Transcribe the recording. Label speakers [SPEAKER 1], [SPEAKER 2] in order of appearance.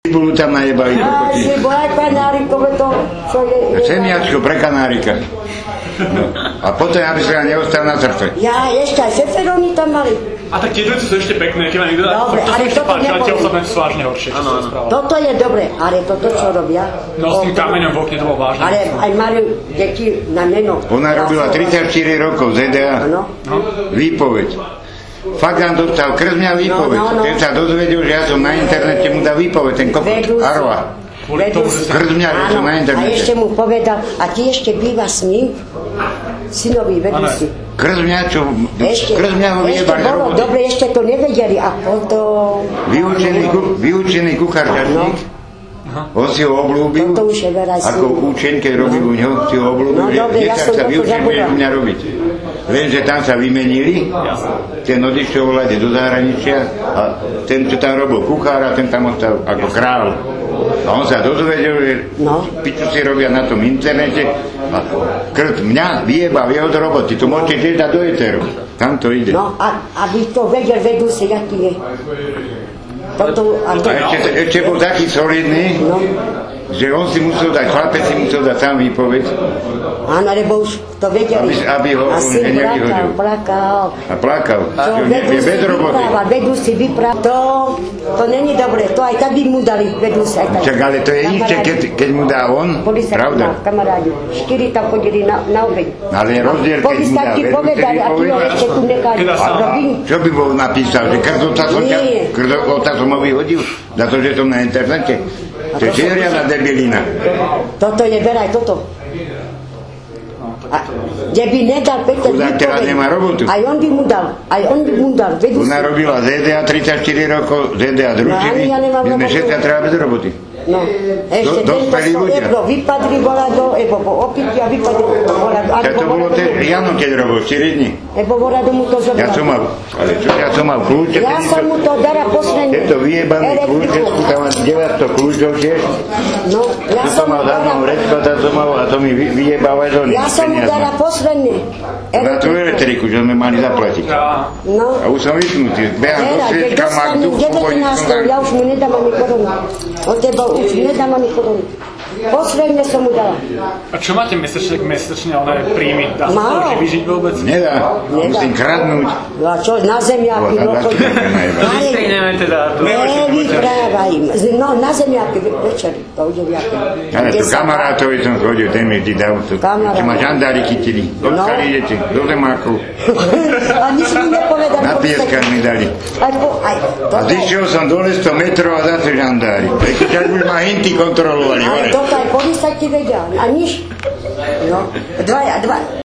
[SPEAKER 1] cibulu tam najebali
[SPEAKER 2] Ale
[SPEAKER 1] kokoti.
[SPEAKER 2] si bola kanárikové to, čo je... je-
[SPEAKER 1] Semiačko pre kanárika. No. A potom, aby sa nám neostal na srdce.
[SPEAKER 2] Ja ešte aj seferóny tam mali.
[SPEAKER 3] A tak tie džunci sú ešte pekné, keď vám niekto dá,
[SPEAKER 2] Dobre, ale toto
[SPEAKER 3] páči, ale tie
[SPEAKER 2] neboli.
[SPEAKER 3] ostatné sú vážne horšie, čo som spravil.
[SPEAKER 2] Toto je dobre, ale toto, čo robia...
[SPEAKER 3] No s tým kameňom v okne to bolo vážne.
[SPEAKER 2] Ale aj mali deti na meno.
[SPEAKER 1] Ona robila 34 rokov ZDA.
[SPEAKER 2] Áno.
[SPEAKER 3] No.
[SPEAKER 1] Výpoveď. Fakt nám dostal krzňa výpoveď.
[SPEAKER 2] No, no, no.
[SPEAKER 1] Ten sa dozvedel, že ja som na internete mu dá výpoveď, ten kokot.
[SPEAKER 2] Vedú si-
[SPEAKER 1] Arva.
[SPEAKER 3] Kvôli
[SPEAKER 2] vedú
[SPEAKER 3] tomu,
[SPEAKER 2] si-
[SPEAKER 3] že sa...
[SPEAKER 1] Krzňa, ja som
[SPEAKER 2] Áno,
[SPEAKER 1] na
[SPEAKER 2] a ešte
[SPEAKER 1] internete.
[SPEAKER 2] mu povedal, a ty ešte býva s ním? Synovi, vedú
[SPEAKER 3] Áno.
[SPEAKER 2] si.
[SPEAKER 1] Krzňa, čo...
[SPEAKER 2] Ešte,
[SPEAKER 1] Krzňa ho
[SPEAKER 2] ešte
[SPEAKER 1] vyjebali z
[SPEAKER 2] bolo,
[SPEAKER 1] roboty.
[SPEAKER 2] dobre, ešte to nevedeli a potom...
[SPEAKER 1] Vyučený, ku- vyučený kuchár Žatník, on si ho oblúbil,
[SPEAKER 2] Toto už je veľa
[SPEAKER 1] ako
[SPEAKER 2] síl.
[SPEAKER 1] učeň, keď robil u neho, si ho oblúbil,
[SPEAKER 2] No
[SPEAKER 1] že
[SPEAKER 2] dobre, ja
[SPEAKER 1] detsák
[SPEAKER 2] som
[SPEAKER 1] sa
[SPEAKER 2] toto
[SPEAKER 1] vyučil, budeš
[SPEAKER 2] zabudla.
[SPEAKER 1] u mňa robiť. Lenže tam sa vymenili, ten odišiel vlade do zahraničia a ten, čo tam robil kuchára, ten tam ostal ako kráľ. A on sa dozvedel, že
[SPEAKER 2] No.
[SPEAKER 1] piču si robia na tom internete a krt mňa vyjebal jeho z roboty, to môžete tiež dať do eteru. Tam to ide.
[SPEAKER 2] No, a, aby to vedel, vedú si, jaký je. Toto, a to...
[SPEAKER 1] A ešte, ešte bol taký solidný,
[SPEAKER 2] No,
[SPEAKER 1] že on si musel dať, chlapec si musel dať sám výpoveď
[SPEAKER 2] áno, lebo už to vedeli.
[SPEAKER 1] Aby- aby ho
[SPEAKER 2] a
[SPEAKER 1] on
[SPEAKER 2] syn
[SPEAKER 1] nevyhodil.
[SPEAKER 2] plakal, plakal.
[SPEAKER 1] a plakal,
[SPEAKER 2] To
[SPEAKER 1] že on
[SPEAKER 2] vedú
[SPEAKER 1] je
[SPEAKER 2] si
[SPEAKER 1] bez roboty.
[SPEAKER 2] vypráva, vedú si vypráva. To, to není dobre, to aj tak by mu dali, vedú si aj tak.
[SPEAKER 1] Čak, ale to je nič,
[SPEAKER 2] Kamarádi.
[SPEAKER 1] keď, keď mu dá on,
[SPEAKER 2] Boli sa
[SPEAKER 1] pravda.
[SPEAKER 2] tam kamarádi, štyri tam chodili na, na obeď.
[SPEAKER 1] Ale je rozdiel, keď mu dá
[SPEAKER 2] Povyskať ti
[SPEAKER 1] vedú,
[SPEAKER 2] povedali,
[SPEAKER 1] keď
[SPEAKER 2] a ty ho
[SPEAKER 1] vypovedá.
[SPEAKER 2] ešte tu nechali.
[SPEAKER 3] Keď dá sám.
[SPEAKER 2] Robin,
[SPEAKER 1] Čo by bol napísal, že krdota som, ťa,
[SPEAKER 2] Nie.
[SPEAKER 1] krdota som ho vyhodil za to, že som na internete? To je
[SPEAKER 2] to-
[SPEAKER 1] tiež riadna debilina.
[SPEAKER 2] toto je veraj, toto. A kde by nedal Peter
[SPEAKER 1] Chudák teraz
[SPEAKER 2] výpoveď,
[SPEAKER 1] nemá robotu.
[SPEAKER 2] Aj on by mu dal, aj on by mu dal, vedú si.
[SPEAKER 1] Ona robila ZDA 34 rokov, ZDA družiny,
[SPEAKER 2] No, ja nemám
[SPEAKER 1] my sme
[SPEAKER 2] robotu.
[SPEAKER 1] všetci treba bez roboty.
[SPEAKER 2] No, ešte
[SPEAKER 1] Do- dospelí
[SPEAKER 2] tento
[SPEAKER 1] ľudia.
[SPEAKER 2] Ebro vypadli bola do, ebo po opití a vypadli bola do...
[SPEAKER 1] Tak to bolo te, Jano, keď robil 4 dní.
[SPEAKER 2] Ebo bola do mu to zobral.
[SPEAKER 1] Ja som mal, ale čo, ja som mal kľúče,
[SPEAKER 2] Ja
[SPEAKER 1] vtedy
[SPEAKER 2] som mu to dala posledne.
[SPEAKER 1] Tieto vyjebané kľúče,
[SPEAKER 2] Elektriku.
[SPEAKER 1] sú tam mám 900 kľúčov tiež.
[SPEAKER 2] No, ja
[SPEAKER 1] Ja
[SPEAKER 2] som
[SPEAKER 1] som
[SPEAKER 2] mu
[SPEAKER 1] mal
[SPEAKER 2] dala...
[SPEAKER 1] dávno vrecko, som mal a to mi vy- vyjebáva z oných
[SPEAKER 2] Ja som mu dala posledne.
[SPEAKER 1] Na tú elektriku, čo sme mali zaplatiť.
[SPEAKER 3] Ja-
[SPEAKER 2] No,
[SPEAKER 1] A už som vypnutý, behám do
[SPEAKER 2] Vera, keď
[SPEAKER 1] svietka, mám
[SPEAKER 2] dostanem
[SPEAKER 1] tu
[SPEAKER 2] 19, ja už mu nedám ani korunu. Od teba už nedám ani korunu. Posledne som mu dala.
[SPEAKER 3] A čo máte mesačne, mesačne oné príjmy? Dá sa
[SPEAKER 2] Málo.
[SPEAKER 3] to vyžiť vôbec?
[SPEAKER 1] Nedá, musím kradnúť.
[SPEAKER 2] No a čo, na zemi aký
[SPEAKER 1] Bola, na
[SPEAKER 2] nochod?
[SPEAKER 1] zemi najebal.
[SPEAKER 3] Stejneme teda. to-
[SPEAKER 2] Nevyprávaj im. No, na zemi aký večer, to ide v jaké.
[SPEAKER 1] Ale tu kamarátovi som chodil, ten mi vždy dal to.
[SPEAKER 2] Kamarát.
[SPEAKER 1] Čo ma žandári chytili, do
[SPEAKER 2] No.
[SPEAKER 1] skali idete, do zemáku,
[SPEAKER 2] A nič mi nepovedal.
[SPEAKER 1] na pieskách mi dali.
[SPEAKER 2] Aj po, aj, to,
[SPEAKER 1] A zišiel som dole 100 metrov a zase žandári. Takže ťa už ma hinty kontrolovali.
[SPEAKER 2] Ale
[SPEAKER 1] hore.
[SPEAKER 2] toto aj policajti vedia. A nič. No, dva, dva,